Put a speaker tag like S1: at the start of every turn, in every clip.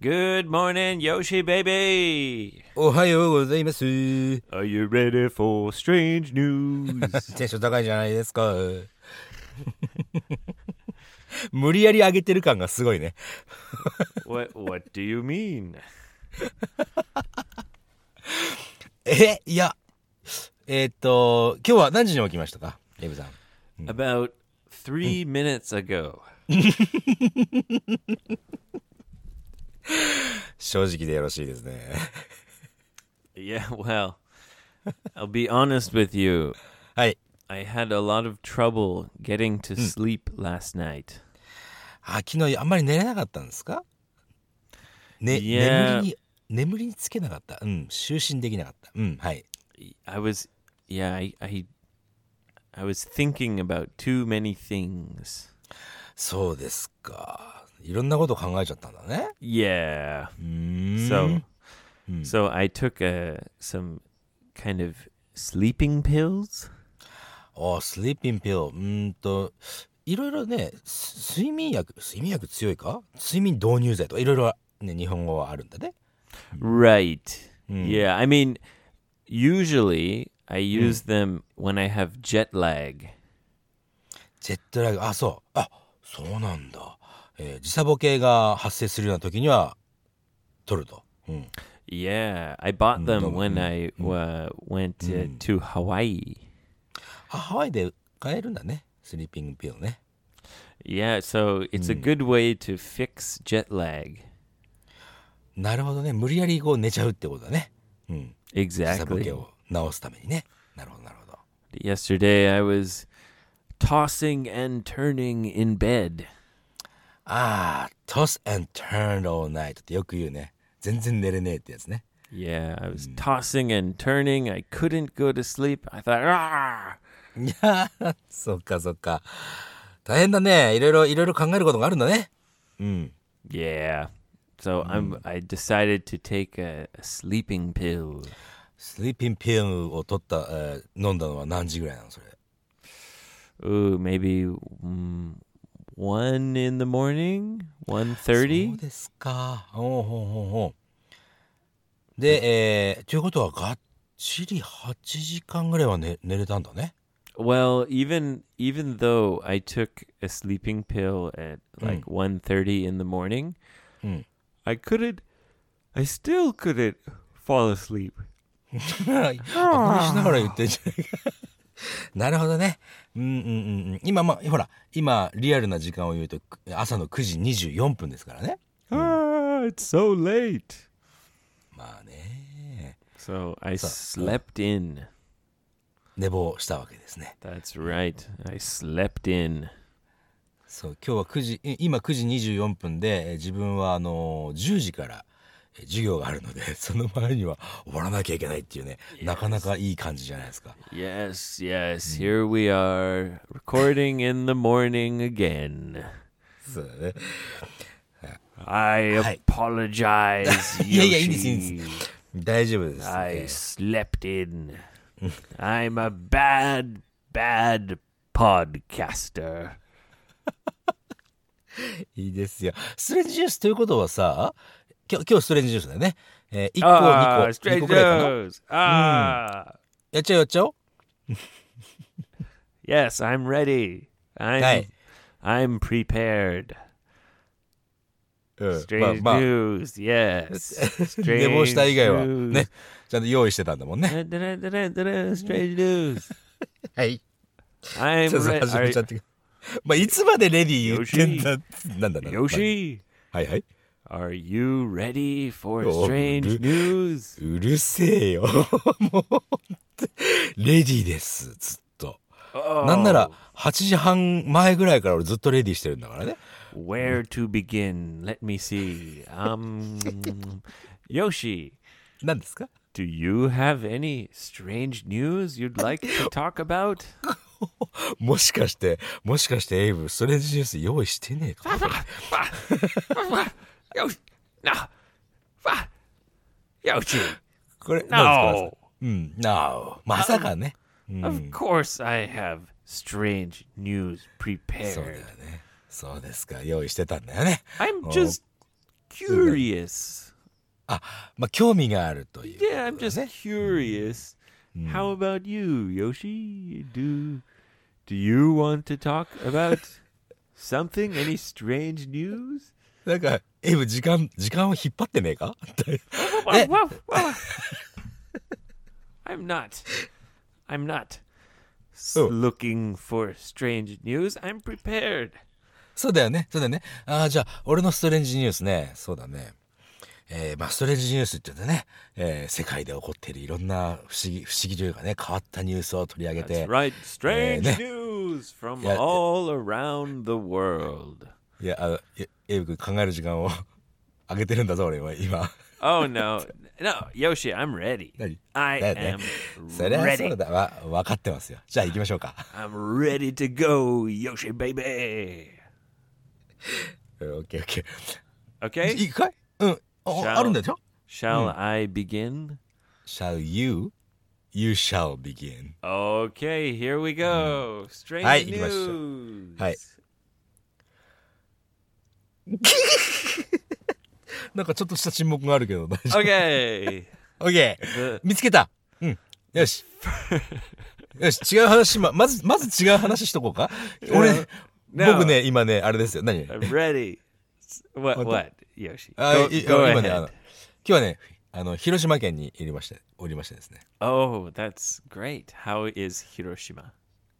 S1: Good morning, Yoshi baby!
S2: おはようございます。テ
S1: Are you ready for strange news?
S2: ンション高いじゃないです か。無理やり上げてる感がすごいね。
S1: what, what do you mean?
S2: え、いや。えーっと、今日は何時に起きましたかエブさん。
S1: Hmm. About three minutes ago.
S2: 正直でよろしいですね。
S1: Yeah, well, I'll be honest with you.
S2: はい。
S1: I had a lot of trouble getting to sleep last night.
S2: あ、昨日あんまり寝れなかったんですかね、
S1: いや
S2: 眠りに、眠りにつけなかった。うん、就寝できなかった。うん、はい。
S1: I was, yeah, I, I, I was thinking about too many things.
S2: そうですか。いろんなこと考えちゃったんだね。
S1: Yeah.
S2: うーん
S1: So, so I took uh, some kind of sleeping pills.
S2: ああ、スリーピンピル。うーんと、いろいろね、す睡眠薬、睡眠薬強いか睡眠導入剤とか、いろいろ、ね、日本語はあるんだね。
S1: Right. Yeah. I mean, usually I use them when I have jet lag.
S2: ジェットラグ、あ、そう。あ、そうなんだ。えー時差ボケが発生するような時には、取ると。うん。
S1: Yeah, I bought them when I uh, went uh, to Hawaii.
S2: あ、ハワイで買えるんだね。スリーピングピルね。
S1: Yeah, so it's a good way to fix jet lag.
S2: なるほどね。無理やりこう寝ちゃうってことだね。うん。時差ボ
S1: Exactly.
S2: ケを治すためにね。なるほど、なるほど。
S1: Yesterday I was tossing and turning in bed.
S2: ああ、toss and turn all night ってよく言うね。全然寝れねえってやつね。
S1: Yeah, I was tossing and turning. I couldn't go to sleep. I thought, ah,
S2: いやー そっかそっか。大変だね。いろいろ、いろいろ考えることがあるんだね。うん。
S1: yeah. So I'm. I decided to take a, a sleeping pill.
S2: スリーピンピルを取った、えー飲んだのは何時ぐらいなのそれ。
S1: Ooh, maybe mm, one in the morning, one
S2: そう
S1: thirty.
S2: ですか。おうほうほうほう。で、えー、ということは、がっちり8時間ぐらいは寝寝れたんだね。
S1: Well, even even though I took a sleeping pill at like one thirty in the morning,
S2: Mm.
S1: I couldn't. I still couldn't fall asleep.
S2: はい。あこれしながら言ってんじゃないか。 なるほどね。うんうんうんうん。今、まあ、ほら、今、リアルな時間を言うと、く朝の9時24分ですからね。
S1: Ah, it's so late.
S2: まあね。
S1: So I slept in.
S2: 寝坊したわけですね。
S1: That's right. I slept in.
S2: そう、今日は9時、い今9時24分で、えー自分はあのー、10時からえー授業があるので、 その前には終わらなきゃいけないっていうね、なかなかいい感じじゃないですか。
S1: Yes, yes.
S2: Mm.
S1: Here we are recording in the morning again.
S2: そうだね。
S1: I
S2: Hi.
S1: apologize,
S2: Yeah, yeah, it is, it is.
S1: Yoshi.
S2: 大丈夫です。
S1: I slept in. I'm a bad, bad podcaster.
S2: いいですよ。ストレンジジュースということはさ、今日、今日ストレンジジュースだよね。えー、1個、2
S1: Ah,
S2: 個、
S1: straight
S2: 2個くらいかな。
S1: nose.
S2: Hmm.
S1: Ah,
S2: やっちゃおうやっちゃおう。
S1: yes. I'm ready. I'm.
S2: Hi.
S1: I'm prepared.
S2: うん、まあ
S1: Strange
S2: まあ、
S1: news, yes.
S2: 寝坊した以外は
S1: news.
S2: ね、ちゃんと用意してたんだもんね。
S1: Da-da-da-da-da, Strange news.
S2: はい。
S1: I'm
S2: ちょっと
S1: re-
S2: 始めちゃっ
S1: are-
S2: て。まあ、いつまでレディー言ってんだ。なんだなんだ。
S1: Yoshi,
S2: はいはい。
S1: are you ready for
S2: Oh,
S1: strange
S2: re-
S1: news?
S2: うるせえよ。 もう、レディーです、ずっと。なんなら、8時
S1: Oh,
S2: 半前ぐらいから俺ずっとレディーしてるんだからね。
S1: Where to begin? Let me see. Um, Yoshi,
S2: 何ですか
S1: do you have any strange news you'd like to talk about?
S2: もしかして、もしかしてエイブ、ストレンジジュース用意してねえか
S1: Yoshi, no. Yoshi.
S2: これ、何ですか
S1: No.
S2: うん、なお。まさかね。Hmm.
S1: Of course I have strange news
S2: そうだよ
S1: prepared.
S2: ね。そうですか。用意してたんだよね。
S1: I'm
S2: Oh.
S1: just curious.
S2: まあ興味があるということ
S1: Yeah, I'm
S2: です
S1: just
S2: ね
S1: curious.
S2: Hmm.
S1: How about you, Yoshi? Do do you want to talk about something? Any strange news?
S2: なんかエイブ時間時間を引っ張ってねえか
S1: Whoa, whoa, whoa. I'm not. I'm not s-
S2: Oh.
S1: looking for strange news. I'm prepared.
S2: そうだよねそうだよねああじゃあ俺のストレンジニュースねそうだねえーまあストレンジニュースって言うとね、えー世界で起こっているいろんな不思議不思議というかね変わったニュースを取り上げ
S1: That's
S2: て
S1: right. Strange
S2: yeah.
S1: news from
S2: Yeah, yeah.
S1: all around the world.
S2: いやあのえエイブ君考える時間を あげてるんだぞ俺は今
S1: Oh no, no, Yoshi, I'm ready.
S2: 何
S1: I
S2: だよね
S1: am
S2: それはそ
S1: ready.
S2: うだわ分かってますよじゃあ行きましょうか
S1: I'm ready to go, Yoshi baby.
S2: うんオッケーオッケー
S1: Okay,
S2: いいかいうんああるんだよ
S1: shall
S2: hmm.
S1: I begin?
S2: Shall you? You shall begin.
S1: Okay, here we go. Strange
S2: Hmm. Hi,
S1: news.
S2: Hi. なんかちょっとした沈黙があるけど大丈
S1: Okay.
S2: 夫。OK!
S1: the
S2: 見つけたうん。よ し。よし、違う話、ま、まず、まず違う話しとこうか。俺、
S1: No.
S2: 僕ね、今ね、あれですよ。何
S1: I'm ready. S- What?
S2: What the- Uh,
S1: What? Yoshi.
S2: あ
S1: Go,
S2: い
S1: go
S2: 今ね、あの
S1: ahead.
S2: 今日はね、あの、広島県にいりまして、おりましてですね。
S1: Oh, that's great. How is Hiroshima?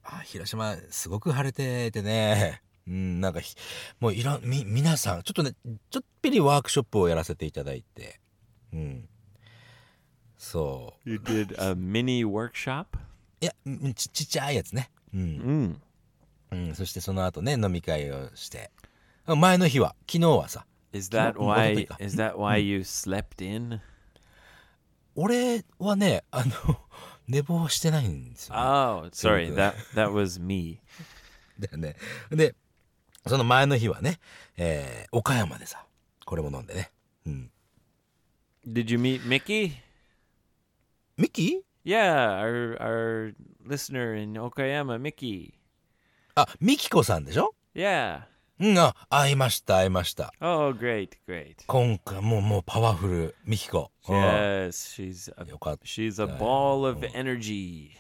S2: あ広島、すごく晴れててね。うん、なんかひ、もういろん、み、皆さん、ちょっとね、ちょっぴりワークショップをやらせていただいて。うん。そう。
S1: You did a mini workshop.
S2: いや、うんちちっちゃいやつね。うん。
S1: Mm.
S2: うん、そしてその後ね、飲み会をして。前の日は、昨日はさ、
S1: Is that
S2: Kino-
S1: why?
S2: Motoka.
S1: Is that why you slept in?
S2: 俺はね、あの、 寝坊してないんですよ、ね。
S1: Oh, sorry.
S2: Kino-
S1: That that was me.
S2: だよね。で、その前の日はね、えー岡山でさ、これも飲んでね。うん。
S1: Did you meet Mickey?
S2: ミキ
S1: Yeah, our our listener in Okayama, Mickey.
S2: あ、ミキコさんでしょ
S1: Yeah.
S2: うん、あ、会いました、会いました。
S1: Oh, great, great.
S2: 今回、もう、もうパワフル、ミキコ。うん
S1: Yes, she's a
S2: よかった。
S1: she's a ball of energy.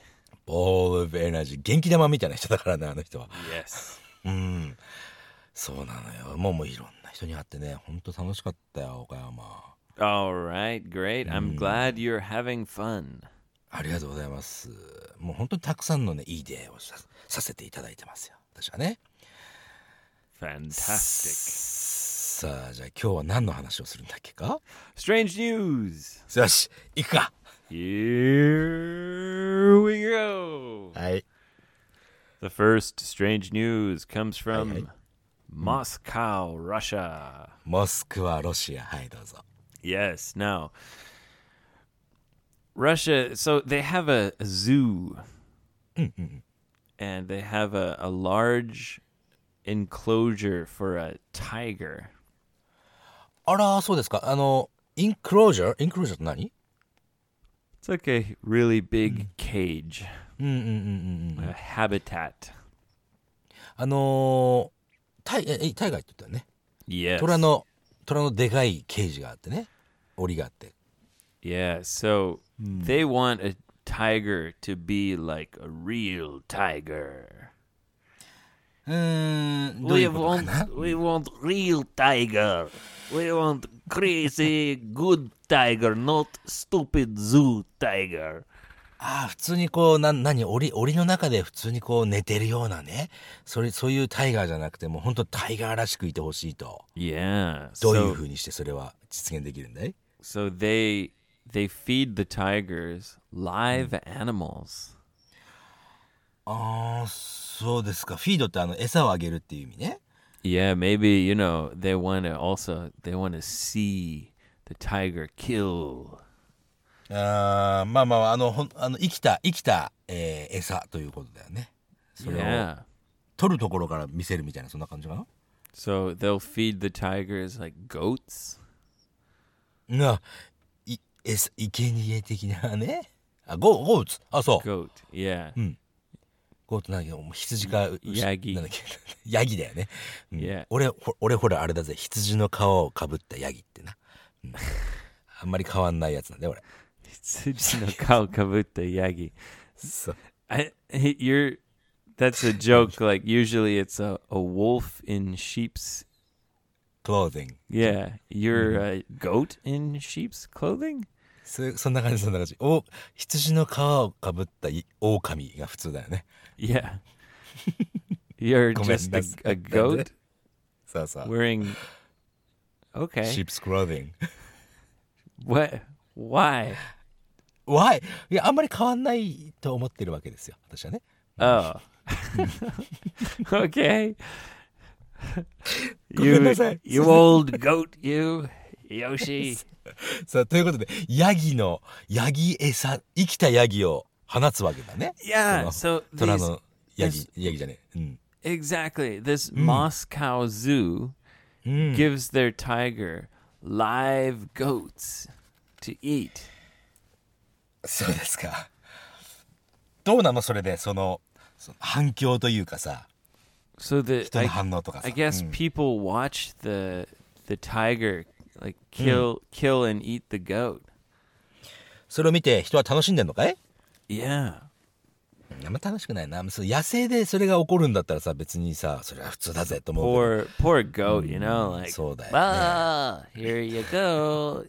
S2: ボールオブエナジー。元気玉みたいな人だからね、あの人は。
S1: Yes.
S2: うん。そうなのよ。もうもういろんな人に会ってね、ほんと楽しかったよ、岡山。
S1: All right, great. I'm glad you're having fun.
S2: ありがとうございます。もう本当にたくさんのね、いい出会いをささせていただいてますよ。私はね。
S1: Fantastic.
S2: さあ、じゃあ今日は何の話をするんだっけか
S1: Strange news.
S2: よし、行くか
S1: Here we go.
S2: はい。
S1: The first strange news comes from
S2: hey.
S1: Moscow, Russia.
S2: モスクワ、ロシア。はい、どうぞ。
S1: Yes, now Russia, so they have a, a zoo. and they have a, a large enclosure for a tiger.
S2: あら、そうですか。あの、インクロージャーインクロージャーって何
S1: It's like a really big cage,
S2: うんうんうんうんうん。
S1: a habitat.
S2: あのー、タイ、え、えタイガーって言ったよね。
S1: Yes.
S2: 虎の虎のでかいケージがあってね檻があって
S1: Yeah, so they want a tiger to be like a real tiger.
S2: うーん
S1: We want we want real tiger. We want crazy good tiger, not stupid zoo tiger.
S2: ああ普通にこうな何檻檻の中で普通にこう寝てるようなねそれそういうタイガーじゃなくてもう本当タイガーらしくいてほしいと
S1: Yeah.
S2: どういう
S1: so-
S2: ふうにしてそれは実現できるんだい
S1: So they they feed the tigers live animals.
S2: ああそうですかフィードってあの餌をあげるっていう意味ね
S1: Yeah, maybe you know they want to also they want to see the tiger kill.
S2: あーまあまああのほんあの生きた生きた、えー餌ということだよねそれを
S1: Yeah.
S2: 取るところから見せるみたいなそんな感じかな
S1: So they'll feed the tigers like goats.
S2: な、い、えす、生贄的なね。あ、ゴ、ゴーツ。あ、そう。
S1: Hmm. Goat. Yeah.
S2: うん。ゴートなんだっけお前羊か牛
S1: ヤギ
S2: なんだっけヤギだよね、うん
S1: Yeah
S2: 俺ほ俺ほらあれだぜ羊の皮をかぶったヤギってな、うんあんまり変わんないやつなんだよ俺
S1: 羊の皮をかぶったヤギ。
S2: そう
S1: I, you're, that's a joke. Like, usually it's a, a wolf in sheep's.
S2: クローゼン
S1: Yeah. Mm-hmm. You're a goat in sheep's clothing?
S2: そそんな感じそんな感じお羊の皮をかぶったい狼が普通だよね
S1: Yeah. You're
S2: ごめん
S1: just
S2: な
S1: a,
S2: さい
S1: a goat
S2: そうそう
S1: wearing. Okay.
S2: シープスクローゼン
S1: What? Why?
S2: Why? いやあんまり変わんないと思ってるわけですよ私はね
S1: Oh. okay.
S2: ごめんな
S1: you,
S2: さい
S1: you old goat, you Yoshi.
S2: さあということでヤギのヤギ餌生きたヤギを放つわけだね
S1: Yeah.
S2: そ
S1: So
S2: の虎
S1: these,
S2: のヤギ
S1: this-
S2: ヤギじゃねえうん
S1: exactly this Moscow Zoo gives their tiger live goats to eat.
S2: そうですかどうなのそれでそのその反響というかさ
S1: So the
S2: 人の反応とかさ
S1: I guess
S2: うん
S1: people watch the the tiger like kill kill and eat the goat.
S2: それを見て人は楽しんでんのかい
S1: Yeah.
S2: あんま楽しくないなそう野生でそれが起こるんだったらさ別にさそれは普通だぜと思うけど
S1: Poor poor goat, you know, like
S2: so that-
S1: "Ah, here you go.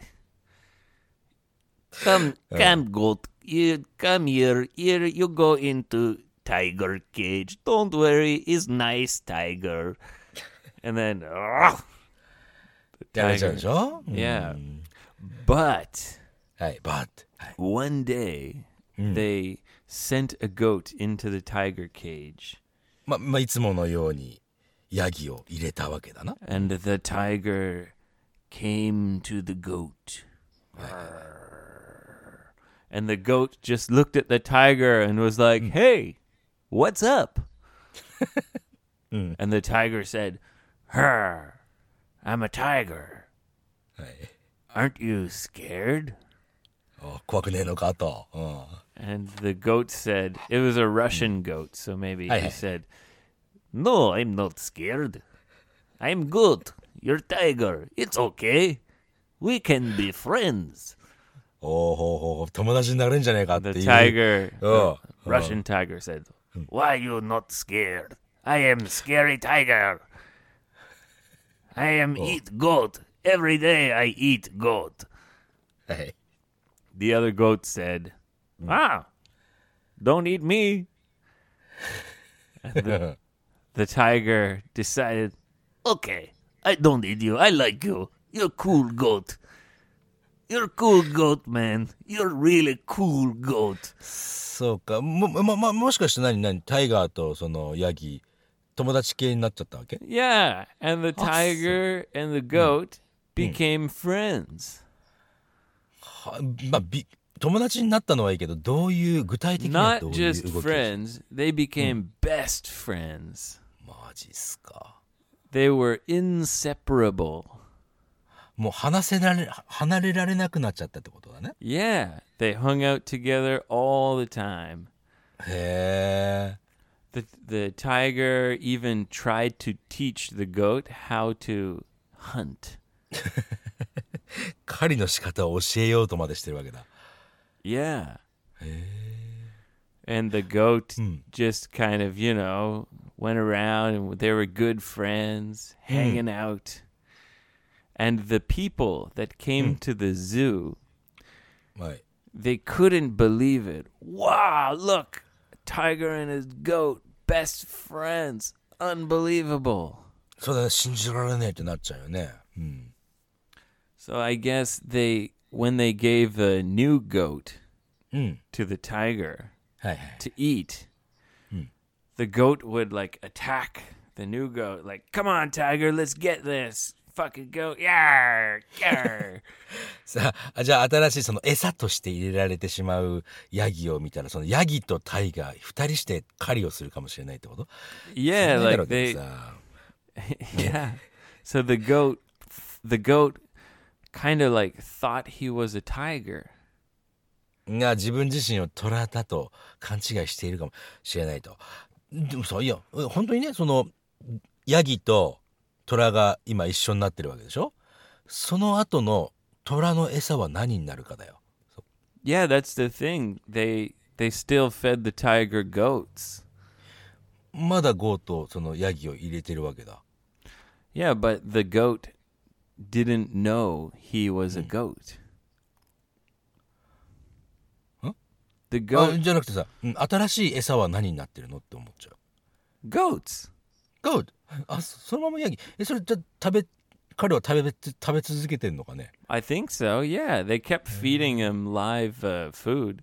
S1: Come come goat. You come here. Here you go into tiger cage. Don't worry, it's nice tiger. And then "Ah."
S2: やられちゃうでしょ、うん
S1: Yeah. But
S2: はいバーって、はい、
S1: one day they sent a goat into the tiger cage
S2: ままあいつものようにヤギを入れたわけだな
S1: and the tiger came to the goat and the goat just looked at the tiger and was like hey what's up and the tiger said her i'm a tiger
S2: はい
S1: aren't you scared
S2: お怖くねえのかと、うん、
S1: And the goat said, it was a Russian goat, so maybe
S2: Aye, aye.
S1: he said, No, I'm not scared. I'm good. You're tiger. It's okay. We can be friends.
S2: おーほうほうほう友達になれんじゃねえかってい
S1: The
S2: う
S1: tiger, the
S2: Oh, oh. Hmm.
S1: Russian tiger said, Why you not scared? I am scary tiger. I am
S2: Oh.
S1: eat goat. Every day I eat goat.
S2: はい、
S1: The other goat said, Ah, don't eat me. The tiger decided, Okay, I don't eat you. I like you. You're cool goat. You're cool goat, man. You're really cool goat.
S2: そうかももももしかして何何タイガーとそのヤギ友達系になっちゃったわけ
S1: Yeah, and the
S2: Awesome.
S1: tiger and the goat became friends.
S2: はまあび友達になったのはいいけどどういう具体的にはど
S1: Not
S2: ういう動き
S1: just friends, they became best friends.
S2: マジっすか
S1: They were inseparable.
S2: もう離せられ離れられなくなっちゃったってことだね
S1: Yeah, they hung out together all the time.
S2: へえ
S1: The the tiger even tried to teach the goat how to hunt.
S2: 狩りの仕方を教えようとまでしてるわけだ
S1: Yeah. And the goat just kind of, you know, went around and they were good friends, hanging out. And the people that came to the zoo,
S2: はい、
S1: they couldn't believe it. Wow, look, a tiger and his goat, best friends. Unbelievable.
S2: そうだね信じられねえってなっちゃうよね、うん、
S1: So I guess they when they gave the new goat
S2: Mm.
S1: to the tiger
S2: はいはい
S1: to eat, the goat would like attack the new goat, like, "Come on, tiger, let's get this fucking goat!" Yeah, yeah.
S2: さあ あじゃあ新しいその餌として入れられてしまうヤギを見たらそのヤギとタイガー2人して狩りをするかもしれないってこと
S1: yeah,
S2: 考えたら
S1: like
S2: で
S1: they,
S2: さ
S1: yeah. So the goat, the goat, kind of like thought he was a tiger.
S2: が自分自身を虎だと勘違いしているかもしれないとでもさいやえ本当にねそのヤギと虎が今一緒になってるわけでしょその後の虎の餌は何になるかだよ
S1: Yeah, that's the thing. They they still fed the tiger goats.
S2: まだゴーとそのヤギを入れてるわけだ
S1: Yeah, but the goat didn't know he was a goat.
S2: Huh?
S1: The
S2: あ
S1: goat
S2: じゃなくてさ、うん新しい餌は何になってるのって思っちゃう
S1: goats.
S2: ゴーあそそのままヤギえそれじゃ食べ彼は食べつ食べ続けてんのかね
S1: I think so. Yeah, they kept feeding him live uh, food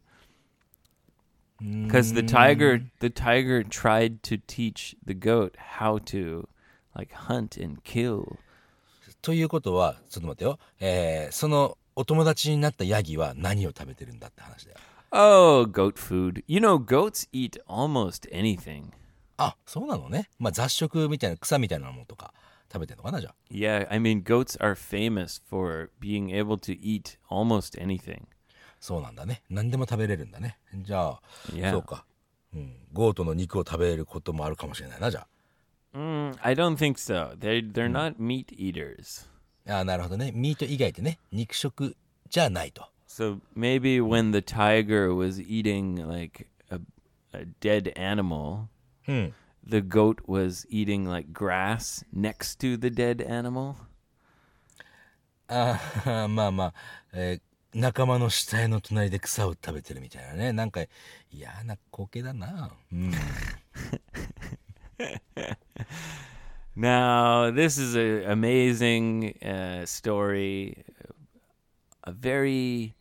S1: because the tiger the tiger tried to teach the goat how to like hunt and kill.
S2: ということはちょっと待ってよ、えーそのお友達になったヤギは何を食べてるんだって話だよ
S1: Oh, goat food. You know, goats eat almost anything.
S2: あそうなのねまあ雑食みたいな草みたいなものとか食べてんのかなじゃあ
S1: Yeah, I mean, goats are famous for being able to eat almost anything.
S2: そうなんだね何でも食べれるんだねじゃあ
S1: Yeah.
S2: そうか、うん、ゴートの肉を食べることもあるかもしれないなじゃ
S1: Mm, I don't think so. They they're not meat eaters.
S2: ああーなるほどねミート以外でね肉食じゃないと
S1: So maybe when the tiger was eating like a a dead animal,
S2: うん、
S1: the goat was eating like grass next to the dead animal.
S2: あー まあまあ、えー仲間の死体の隣で草を食べてるみたいなねなんか嫌な光景だなうん。
S1: Now, this is an amazing uh, story, a very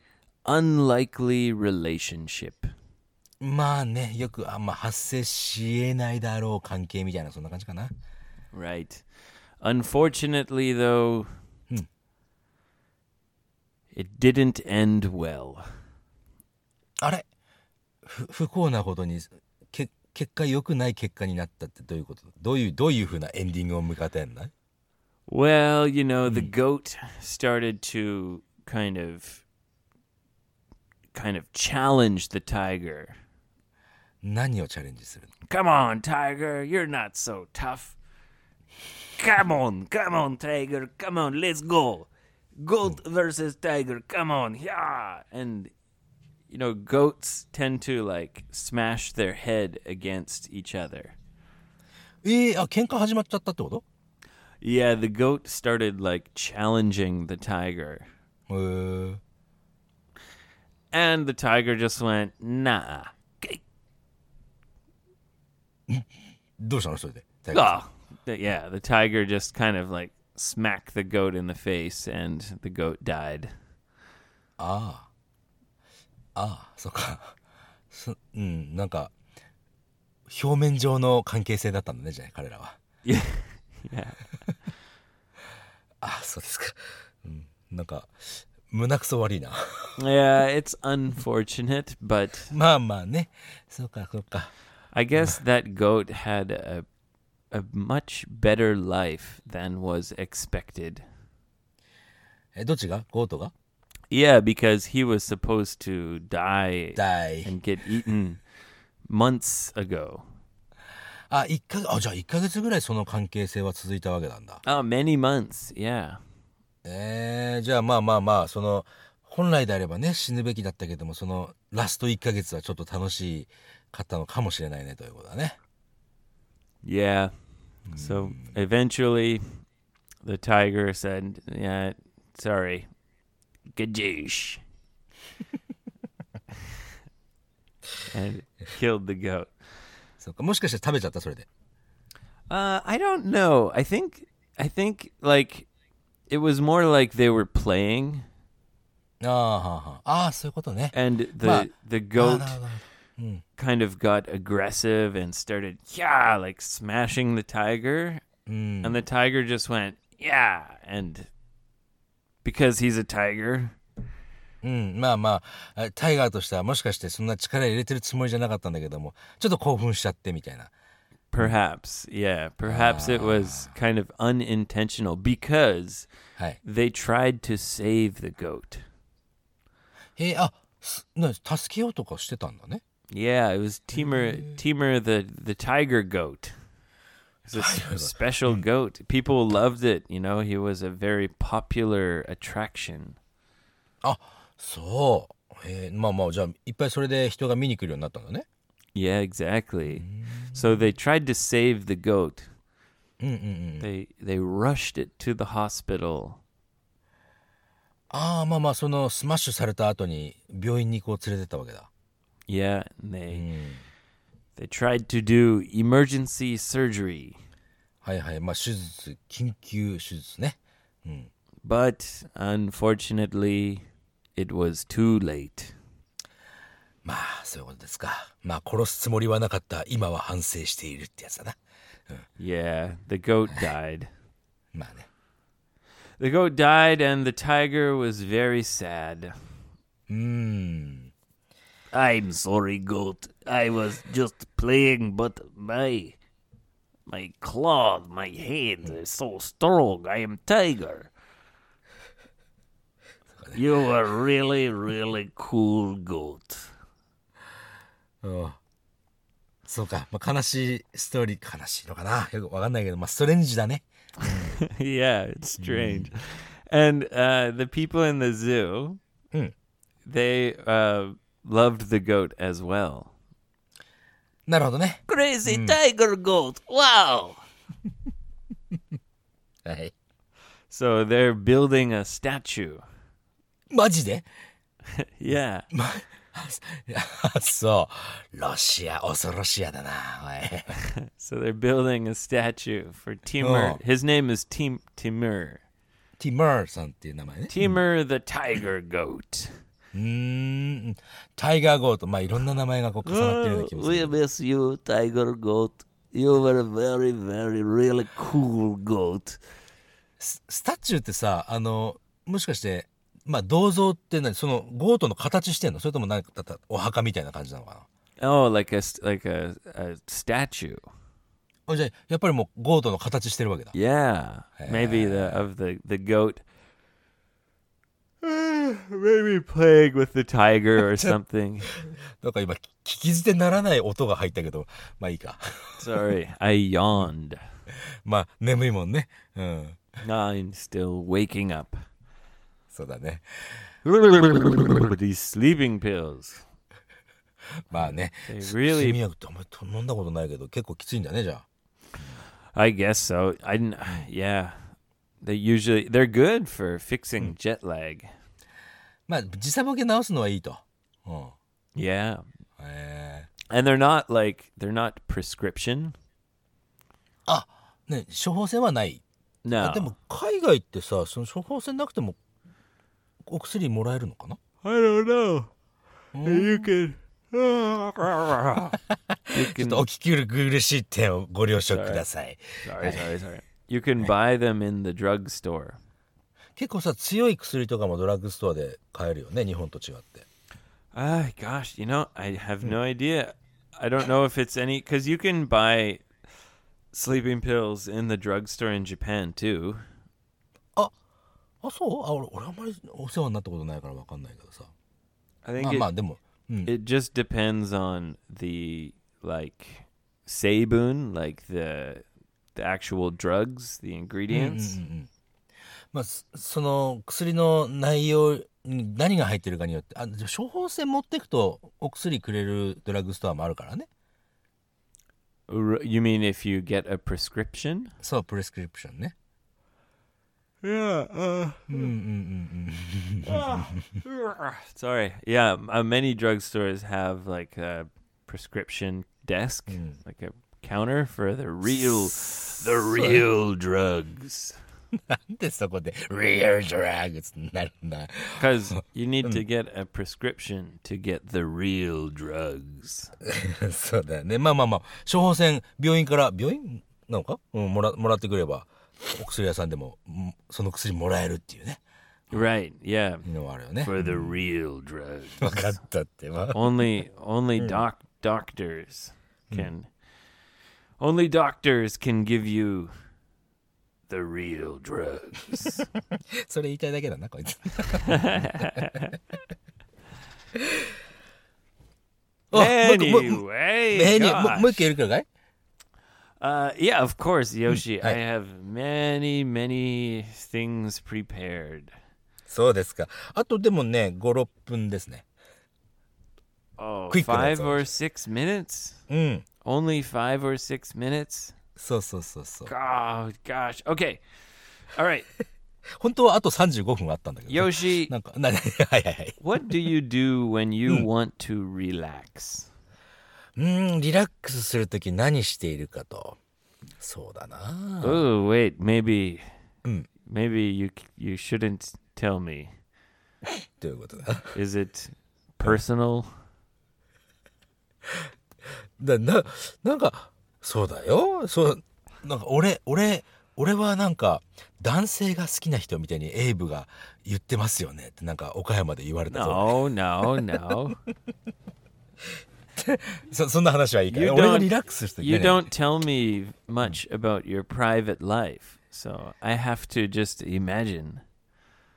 S1: unlikely relationship.
S2: まあねよくあんま発生しえないだろう関係みたいなそんな感じかな
S1: Right. Unfortunately, though,
S2: Hmm.
S1: it didn't end well.
S2: あれふ不幸なことにけ結果良くない結果になったってどういうことどういうどういうふうなエンディングを迎えてんだい
S1: Well, you know, the goat started to kind of kind of challenge the tiger.
S2: 何をチャレンジするの
S1: Come on, tiger, you're not so tough. Come on, come on, tiger, come on, let's go. Goat versus tiger, come on, yeah. And you know, goats tend to like smash their head against each other.
S2: えー、あ喧嘩始まっちゃったってこと
S1: Yeah, the goat started like challenging the tiger.
S2: へー
S1: And the tiger just went, nah.
S2: どうしたのそれで大丈夫
S1: Oh. Yeah, the tiger just kind of like smacked the goat in the face and the goat died.
S2: ああああそっか そうんなんか表面上の関係性だったんだねじゃあ彼らは
S1: Yeah. yeah.
S2: ああそうですか、うん、なんか胸くそ悪いな
S1: Yeah, it's unfortunate, but
S2: まあまあねそうかそうか
S1: I guess that goat had a a much better life than was expected.
S2: えどっちがゴートが
S1: Yeah, because he was supposed to die
S2: 大
S1: and get eaten months ago.
S2: あ一かあじゃあ1ヶ月ぐらいその関係性は続いたわけなんだ
S1: Oh, many months. Yeah.
S2: えー、じゃあまあまあまあその本来であればね死ぬべきだったけどもそのラスト1ヶ月はちょっと楽しかったのかもしれないねということだね
S1: Yeah. So eventually the tiger said, "Yeah, sorry. Gadoosh." and killed the goat.
S2: そうかもしかして食べちゃったそれで
S1: Uh, I don't know. I think I think like it was more like they were playing
S2: あーはーはーあーそういうことね
S1: and the
S2: Well,
S1: the
S2: あー
S1: goat
S2: なるほどなるほど
S1: kind of got aggressive and started yeah, like smashing the tiger
S2: うん、
S1: and the tiger just went yeah and because he's a tiger
S2: うん、まあまああタイガーとしてはもしかしてそんな力入れてるつもりじゃなかったんだけどもちょっと興奮しちゃってみたいな
S1: perhaps yeah perhaps it was kind of unintentional because
S2: はい
S1: they tried to save the goat
S2: えー、あすな助けようとかしてたんだね
S1: Yeah, it was Teamer Teamer the the tiger goat. It was a s- special goat. People loved it. You know, he was a very popular attraction.
S2: あそうえーまあまあじゃあいっぱいそれで人が見に来るようになったんだね
S1: Yeah, exactly. So they tried to save the goat.
S2: うんうんうん
S1: They they rushed it to the hospital.
S2: ああまあまあそのスマッシュされた後に病院にこう連れてったわけだ
S1: Yeah, and they
S2: うん
S1: they tried to do emergency surgery,
S2: はいはいまあ手術緊急手術ね
S1: but unfortunately, it was too late.
S2: まあそういうことですかまあ殺すつもりはなかった今は反省しているってやつだな
S1: Yeah, the goat died.
S2: まあね
S1: The goat died, and the tiger was very sad.
S2: うーん
S1: I'm sorry, goat. I was just playing, but my my claw, my hands are so strong. I am tiger. You are really, really cool, goat.
S2: うんそうか、まあ、悲しいストーリー悲しいのかなよくわかんないけどまあストレンジだね
S1: yeah, it's strange. And uh, the people in the zoo,
S2: Mm.
S1: they uh, loved the goat as well.
S2: なるほどね
S1: Crazy tiger goat! Wow.
S2: はい
S1: So they're building a statue.
S2: マジで
S1: Yeah.
S2: まあそうロシア恐ろしやだなお
S1: So they're building a statue for Timur.
S2: Oh.
S1: His name is Tim Timur.
S2: いティマーさんっていう名前ね
S1: Timur the tiger goat.
S2: うーんタイガーゴーとまあいろんな名前がこう重なってるような気もする
S1: miss you, tiger goat. You were a very, very, really cool goat.
S2: ススタチューってさあのもしかしてまあ銅像って何そのゴートの形してんのそれともなんかただお墓みたいな感じなのかな
S1: Oh, like a st- like a, a statue.
S2: あじゃあやっぱりもうゴートの形してるわけだ
S1: Yeah, maybe the of the the goat. Eh, maybe playing with the tiger or something.
S2: なんか今聞き捨てならない音が入ったけどまあいいか
S1: Sorry, I yawned.
S2: まあ眠いもんねうん
S1: I'm still waking up.
S2: そうだね
S1: These sleeping pills.
S2: まあね
S1: They
S2: 睡
S1: really,
S2: 眠薬ってあんまり飲んだことないけど結構きついんだねじゃあ
S1: I guess so. I didn't, yeah. They usually they're good for fixing jet lag.
S2: まあ時差ボケ直すのはいいとうん
S1: Yeah,
S2: えー
S1: and they're not like they're not prescription.
S2: あね処方箋はないあ
S1: No,
S2: でも海外ってさその処方箋なくてもお薬もらえるのかな
S1: I don't know. You can. you
S2: ちょっ
S1: can
S2: とお聞き苦しい点をご了承ください
S1: sorry, sorry, sorry. You can buy them in the drugstore.
S2: 結構さ強い薬とかもドラッグストアで買えるよね日本と違って。
S1: Ah, gosh, you know, I have no idea. I don't know if it's any because you can buy sleeping pills in the drugstore in Japan too.
S2: あそうあ俺俺あんまりお世話になったことないから分かんないけどさ
S1: I think
S2: まあ
S1: it,
S2: まあでも、うん、
S1: it just depends on the like seibun, like the the actual drugs, the ingredients.
S2: まあそその薬の内容に何が入ってるかによってあじゃあ処方箋持ってくとお薬くれるドラッグストアもあるからね
S1: R- You mean if you get a prescription?
S2: そうプレスクリプションね
S1: Yeah. Uh,
S2: うんうんうんうん
S1: Sorry. Yeah, m- uh, many drugstores have like a prescription desk, like a counter for the real, the real drugs.
S2: なんでそこで「Real Drugs」になるんだ
S1: Because you need to get a prescription to get the real drugs.
S2: そうだよねまあまあまあ処方箋病院から病院なのか、うん、もらもらってくればお薬屋さんでもうんその薬もらえるっていうね
S1: Right. Yeah.
S2: のはあるよね
S1: For the real drugs. Hmm.
S2: 分かったってまあ
S1: only only doc doctors can. Only doctors can give you the real drugs.
S2: それ言いたいだけだなこいつ
S1: Oh,
S2: あもう一個もう
S1: Anyway,
S2: えーにもう
S1: gosh.
S2: もう一回やるからかい
S1: Uh, yeah, of course, Yoshi. I
S2: Hmm, Hey.
S1: have many, many things prepared.
S2: そうですか。あとでもね、5、6分ですね。
S1: Oh,
S2: Quick,
S1: five
S2: that's
S1: or
S2: Hmm. all.
S1: six minutes?
S2: うん。
S1: Only five or six minutes?
S2: そうそうそうそう。
S1: God, gosh. Okay. All right,
S2: 本当はあと35分あったんだけどね。
S1: Yoshi,
S2: なんか、な、 はいはいはい。
S1: what do you do when
S2: Hmm.
S1: you want to relax?
S2: うーん、リラックスするとき何しているかと。そうだな。
S1: Oh, wait, maybe,
S2: Mm.
S1: maybe you you shouldn't tell me.
S2: ということだ。
S1: Is it personal?
S2: だな、なんか、そうだよ。そう、なんか俺、俺、俺はなんか、男性が好きな人みたいにエイブが言ってますよねってなんか岡山で言われたぞ。
S1: No, no, no.
S2: そ そんな話はいいから、
S1: You
S2: 俺
S1: don't-
S2: がリラックスするとき
S1: You don't tell me much about your private life, so I have to just imagine.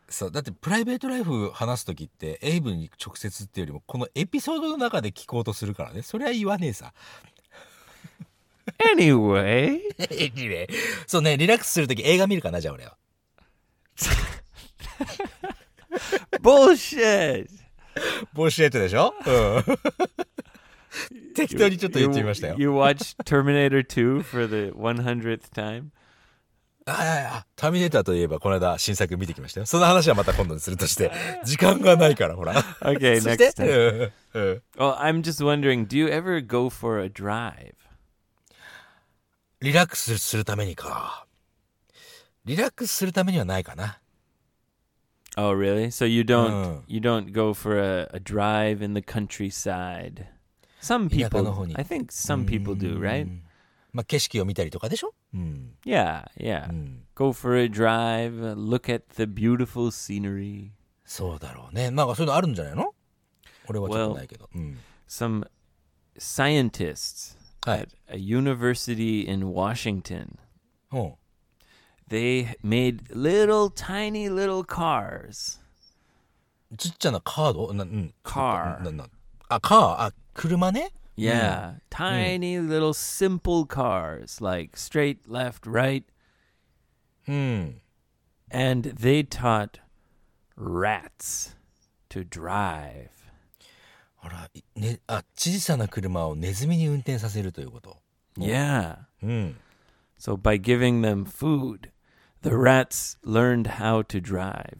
S2: そうだってプライベートライフ話す時ってエイブに直接っていうよりもこのエピソードの中で聞こうとするからねそれは言わねえ さ
S1: Anyway,
S2: そうねリラックスする時映画見るかなじゃあ俺は
S1: bullshit.
S2: ボシエットでしょ、うん、 適当にちょっと言ってみましたよ
S1: You watched Terminator 2 for the 100th time?
S2: ああああターミネーターといえばこの間新作見てきましたよその話はまた今度にするとして時間がないからほら
S1: Okay,
S2: そして
S1: next time.
S2: うんうん
S1: Oh, I'm just wondering, do you ever go for a drive?
S2: リラックスするためにかリラックスするためにはないかな
S1: Oh, really? So you don't
S2: Mm.
S1: you don't go for a, a drive in the countryside? Some
S2: Yeah,
S1: people,
S2: Kanohoni.
S1: I think some people do, right?
S2: まあ景色を見たりとかでしょうん、
S1: Yeah, yeah.
S2: うん、
S1: Go for a drive, uh, look at the beautiful scenery.
S2: そうだろうねなんかそういうのあるんじゃないの俺はちょっとないけど、うん、
S1: Some scientists
S2: はい
S1: at a university in Washington
S2: うん、
S1: they made little tiny little cars
S2: ちっちゃなカードな、うん、
S1: Car
S2: ななあカーあ車ね
S1: yeah tiny little simple cars like straight left right
S2: うん、
S1: and they taught rats to drive
S2: あら、いね、あ小さな車をネズミに運転させるということ、
S1: yeah
S2: うん、
S1: so by giving them food the rats learned how to drive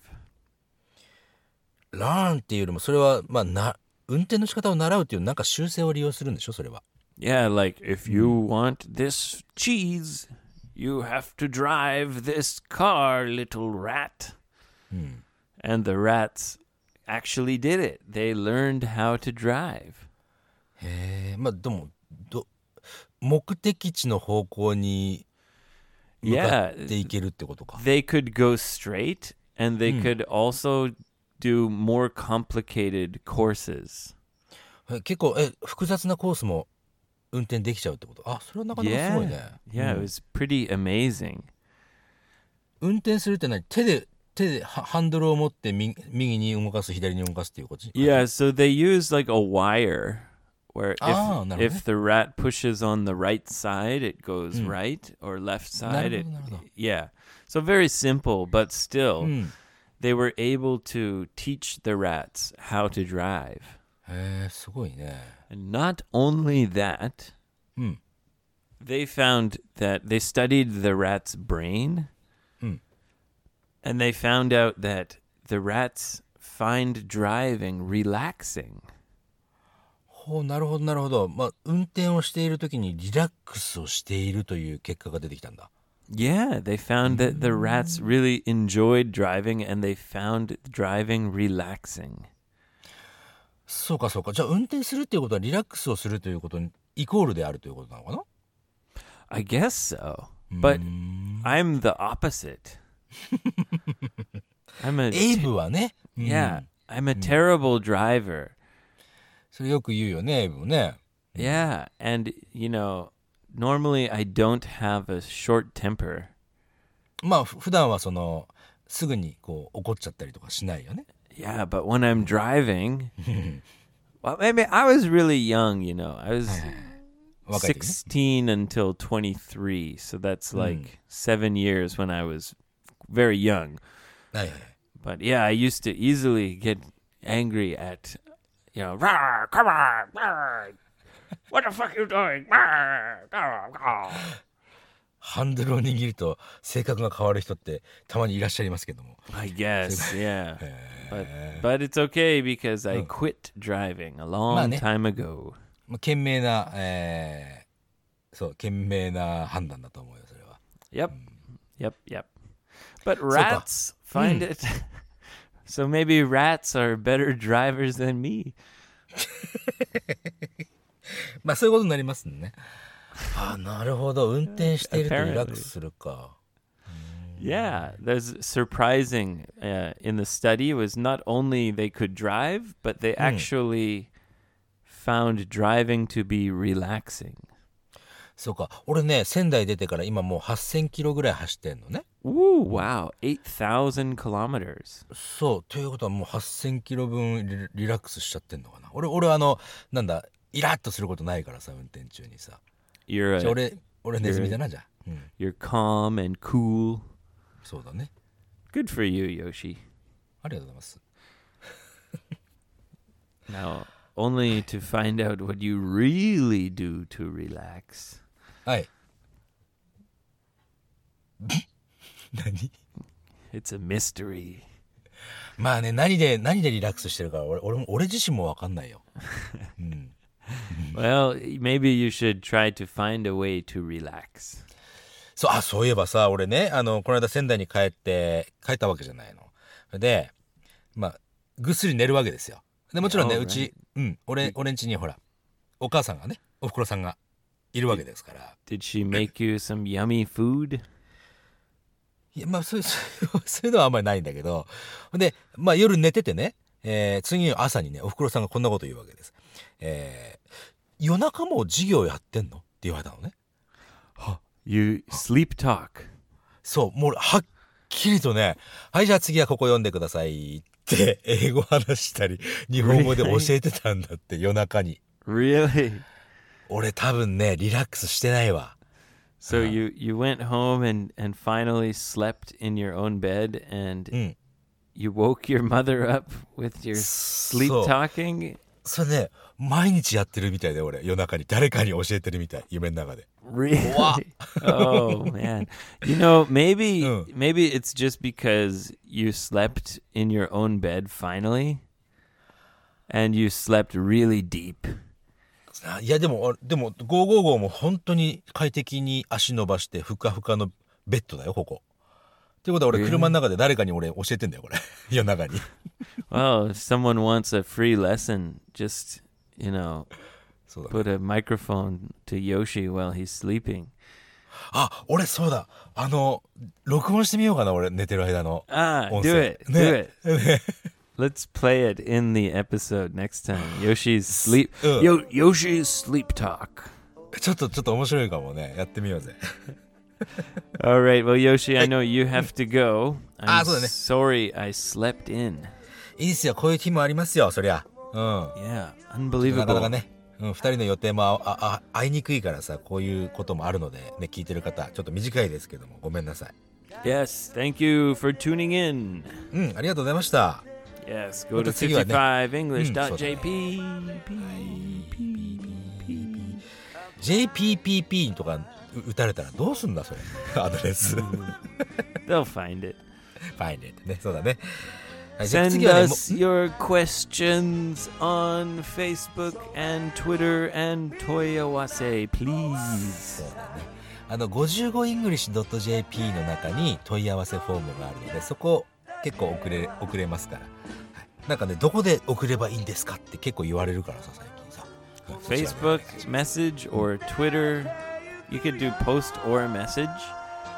S2: ラーンっていうよりもそれはまあな運転の仕方を習うっていうなんか習性を利用するんでしょそれは
S1: Yeah, like if you want this cheese, you have to drive this car, little rat. And the rats actually did it. They learned how to drive.
S2: へえまあでもど目的地の方向に向か
S1: Yeah,
S2: っていけるってことか。
S1: they could go straight and they could also do more complicated courses.
S2: え結構え複雑なコースも運転できちゃうってことあそれはなかなかすごいね
S1: Yeah. Yeah, it
S2: Hmm.
S1: was pretty amazing.
S2: 運転するって何手で手でハハンドルを持って右右に動かす左に動かすっていうこと、
S1: Yeah, so they use like a wire where
S2: Ah,
S1: if,
S2: なるほどね。
S1: if the rat pushes on the right side, it goes
S2: Hmm.
S1: right, or left side, it,
S2: なるほど、なるほど。
S1: yeah. So very simple, but still,
S2: うん、
S1: they were able to teach the rats how to drive.
S2: へえすごいね
S1: And not only that,
S2: Hmm.
S1: they found that they studied the rat's brain,
S2: Hmm.
S1: and they found out that the rats find driving relaxing.
S2: ほうなるほどなるほど、まあ、運転をしている時にリラックスをしているという結果が出てきたんだ
S1: Yeah, they found that the rats really enjoyed driving and they found driving relaxing.
S2: そうかそうかじゃあ運転するっていうことはリラックスをするということにイコールであるということなのかな
S1: I guess so. But I'm the opposite. I'm a
S2: エイ
S1: te-
S2: ブはね、うん
S1: yeah, I'm a terrible driver.
S2: それよく言うよねエイブもね
S1: Yeah, and you know, normally I don't have a short temper.
S2: まあふ普段はそのすぐにこう怒っちゃったりとかしないよね
S1: Yeah, but when I'm driving, Well, I mean, I was really young, you know. I was
S2: 若い時
S1: 16
S2: ね
S1: until 23, so that's like seven years when I was very young.
S2: はいはいはい
S1: But yeah, I used to easily get angry at, you know, "Rah, come on, rah, what the fuck you doing? Rah, rah, rah."
S2: ハンドルを握ると性格が変わる人ってたまにいらっしゃいますけども
S1: I guess, yeah. But but it's okay because I quit driving a long
S2: Mane.
S1: time ago.
S2: まあ賢明な、えーそう賢明な判断だと思うよそれは
S1: Yep. Yep. Yep. But rats find it. so maybe rats are better drivers than me.
S2: まあそういうことになりますねあなるほど運転しているとリラックスするか
S1: Yeah, there's surprising uh, in the study was not only they could drive, but they actually found driving to be relaxing.
S2: そうか俺ね仙台出てから今もう8,000キロぐらい走ってんのね
S1: Ooh, wow, 8,000 kilometers.
S2: そうということはもう8,000キロ分リリラックスしちゃってんのかな俺俺はあのなんだイラッとすることないからさ運転中にさ
S1: You're
S2: じゃ
S1: a,
S2: あ俺俺ネズミだなじゃあ、うん、
S1: you're calm and cool.
S2: そうだね
S1: Good for you, Yoshi.
S2: ありがとうございます
S1: Now, only to find out what you really do to relax.
S2: はい何
S1: It's a mystery.
S2: まあね何で何でリラックスしてるか俺俺も俺自身も分かんないよ
S1: Well, maybe you should try to find a way to relax.
S2: そうあそういえばさ俺ねあのこの間仙台に帰って帰ったわけじゃないのでまあぐっすり寝るわけですよでもちろんね
S1: Yeah,
S2: うち、うん、俺俺ん家にほらお母さんがねおふくろさんがいるわけですから、
S1: Did she make you some yummy food?
S2: いや、まあ、そういう、そういうそういうのはあんまりないんだけど。で、まあ、夜寝ててね、えー次の朝にね、おふくろさんがこんなこと言うわけです。えー夜中も授業やってんのって言われたのね。
S1: You sleep talk.
S2: そう、もう、はっきりとね、はい、じゃあ次はここ読んでくださいって、英語話したり、日本語で教えてたんだって、夜中に。
S1: Really?
S2: 俺多分ね、リラックスしてないわ。
S1: So you you went home and and finally slept in your own bed and
S2: Mm.
S1: you woke your mother up with your sleep
S2: So-
S1: talking?
S2: それね、毎日やってるみたいで、俺、夜中に。誰かに教えてるみたい、夢の中で。
S1: Really? oh man. You know, maybe
S2: Uh.
S1: maybe it's just because you slept in your own bed finally and you slept really deep.
S2: あいやでもあでも555も本当に快適に足伸ばしてふかふかのベッドだよここ。ってことは俺車の中で誰かに俺教えてんだよこれ夜中に。
S1: Well, if someone wants a free lesson, just you know,
S2: そうだね
S1: put a microphone to Yoshi while he's sleeping.
S2: あ俺そうだあの録音してみようかな俺寝てる間の。
S1: Ah,
S2: Awesome.
S1: do it. Do
S2: Yeah.
S1: it. Let's play it in the episode next time. Yoshi's sleep
S2: Uh.
S1: Yo- Yoshi's sleep talk.
S2: ちょっとちょっと面白いかもねやってみようぜ。
S1: All right. Well, Yoshi, I know you have to go. I'm
S2: Ah, so then.
S1: sorry I slept in.
S2: いいですよこういう日もありますよそりゃ。
S1: Yeah,
S2: うん。なかなか
S1: unbelievable.
S2: ね。うん、2人の予定もあああ会いにくいからさこういうこともあるので、ね、聞いてる方ちょっと短いですけどもごめんなさい
S1: Yes, thank you for tuning in.
S2: うんありがとうございました。
S1: Yes, go to
S2: また次はね。
S1: Hmm, 55english.jp.
S2: JPPP とかう打たれたらどうすんだそれ アドレ ス
S1: They'll find it.
S2: ファイネってねそうだねはいじゃあ
S1: Send
S2: 次はねも
S1: us your questions on Facebook and Twitter and Toyawase, please.
S2: そうだねあの 55english.jp の中に問い合わせフォームがあるのでそこ結構送れ送れますから、はいなんかねどこで送ればいいんですかって結構言われるからさ最近さうんそちらでお願い
S1: Facebook message or Twitter. You could do post or message.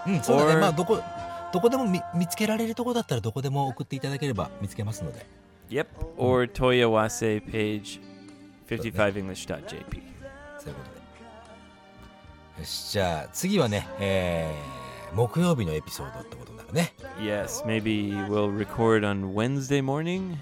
S2: うんそうだね
S1: or-
S2: まあどこどこでも見見つけられるとこだったらどこでも送っていただければ見つけますので
S1: Yep, or Toyawase page 55english.jp.
S2: そういうことで。よし、じゃあ次はね、えー木曜日のエピソードってことになるね。
S1: Yes, maybe we'll record on Wednesday morning.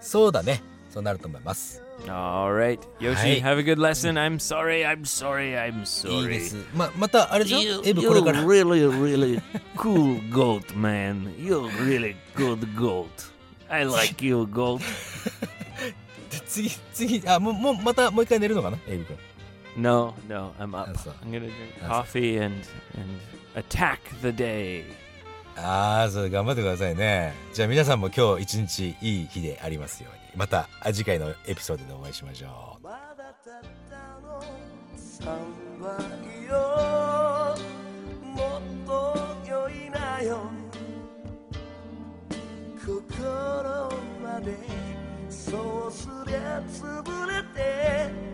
S2: そうだね。そうなると思います。
S1: All right. Yoshi,
S2: Hi.
S1: have a good lesson. I'm sorry. I'm sorry. I'm
S2: いいで
S1: sorry.
S2: す。ままたあれじゃん
S1: You,
S2: エブこれ
S1: you're
S2: から
S1: really, really cool goat, man. You're really good goat. I like you, goat.
S2: 次次あもうもうまたもう一回寝るのかなエイブ君。
S1: No, no, I'm up.
S2: That's all.
S1: I'm gonna drink
S2: all.
S1: coffee and and attack the day.
S2: ああそう頑張ってくださいね。じゃあ皆さんも今日一日いい日でありますように。またあ次回のエピソードでお会いしましょう。
S3: まだたったの3倍よもっと良いなよ心までそうすりゃ潰れて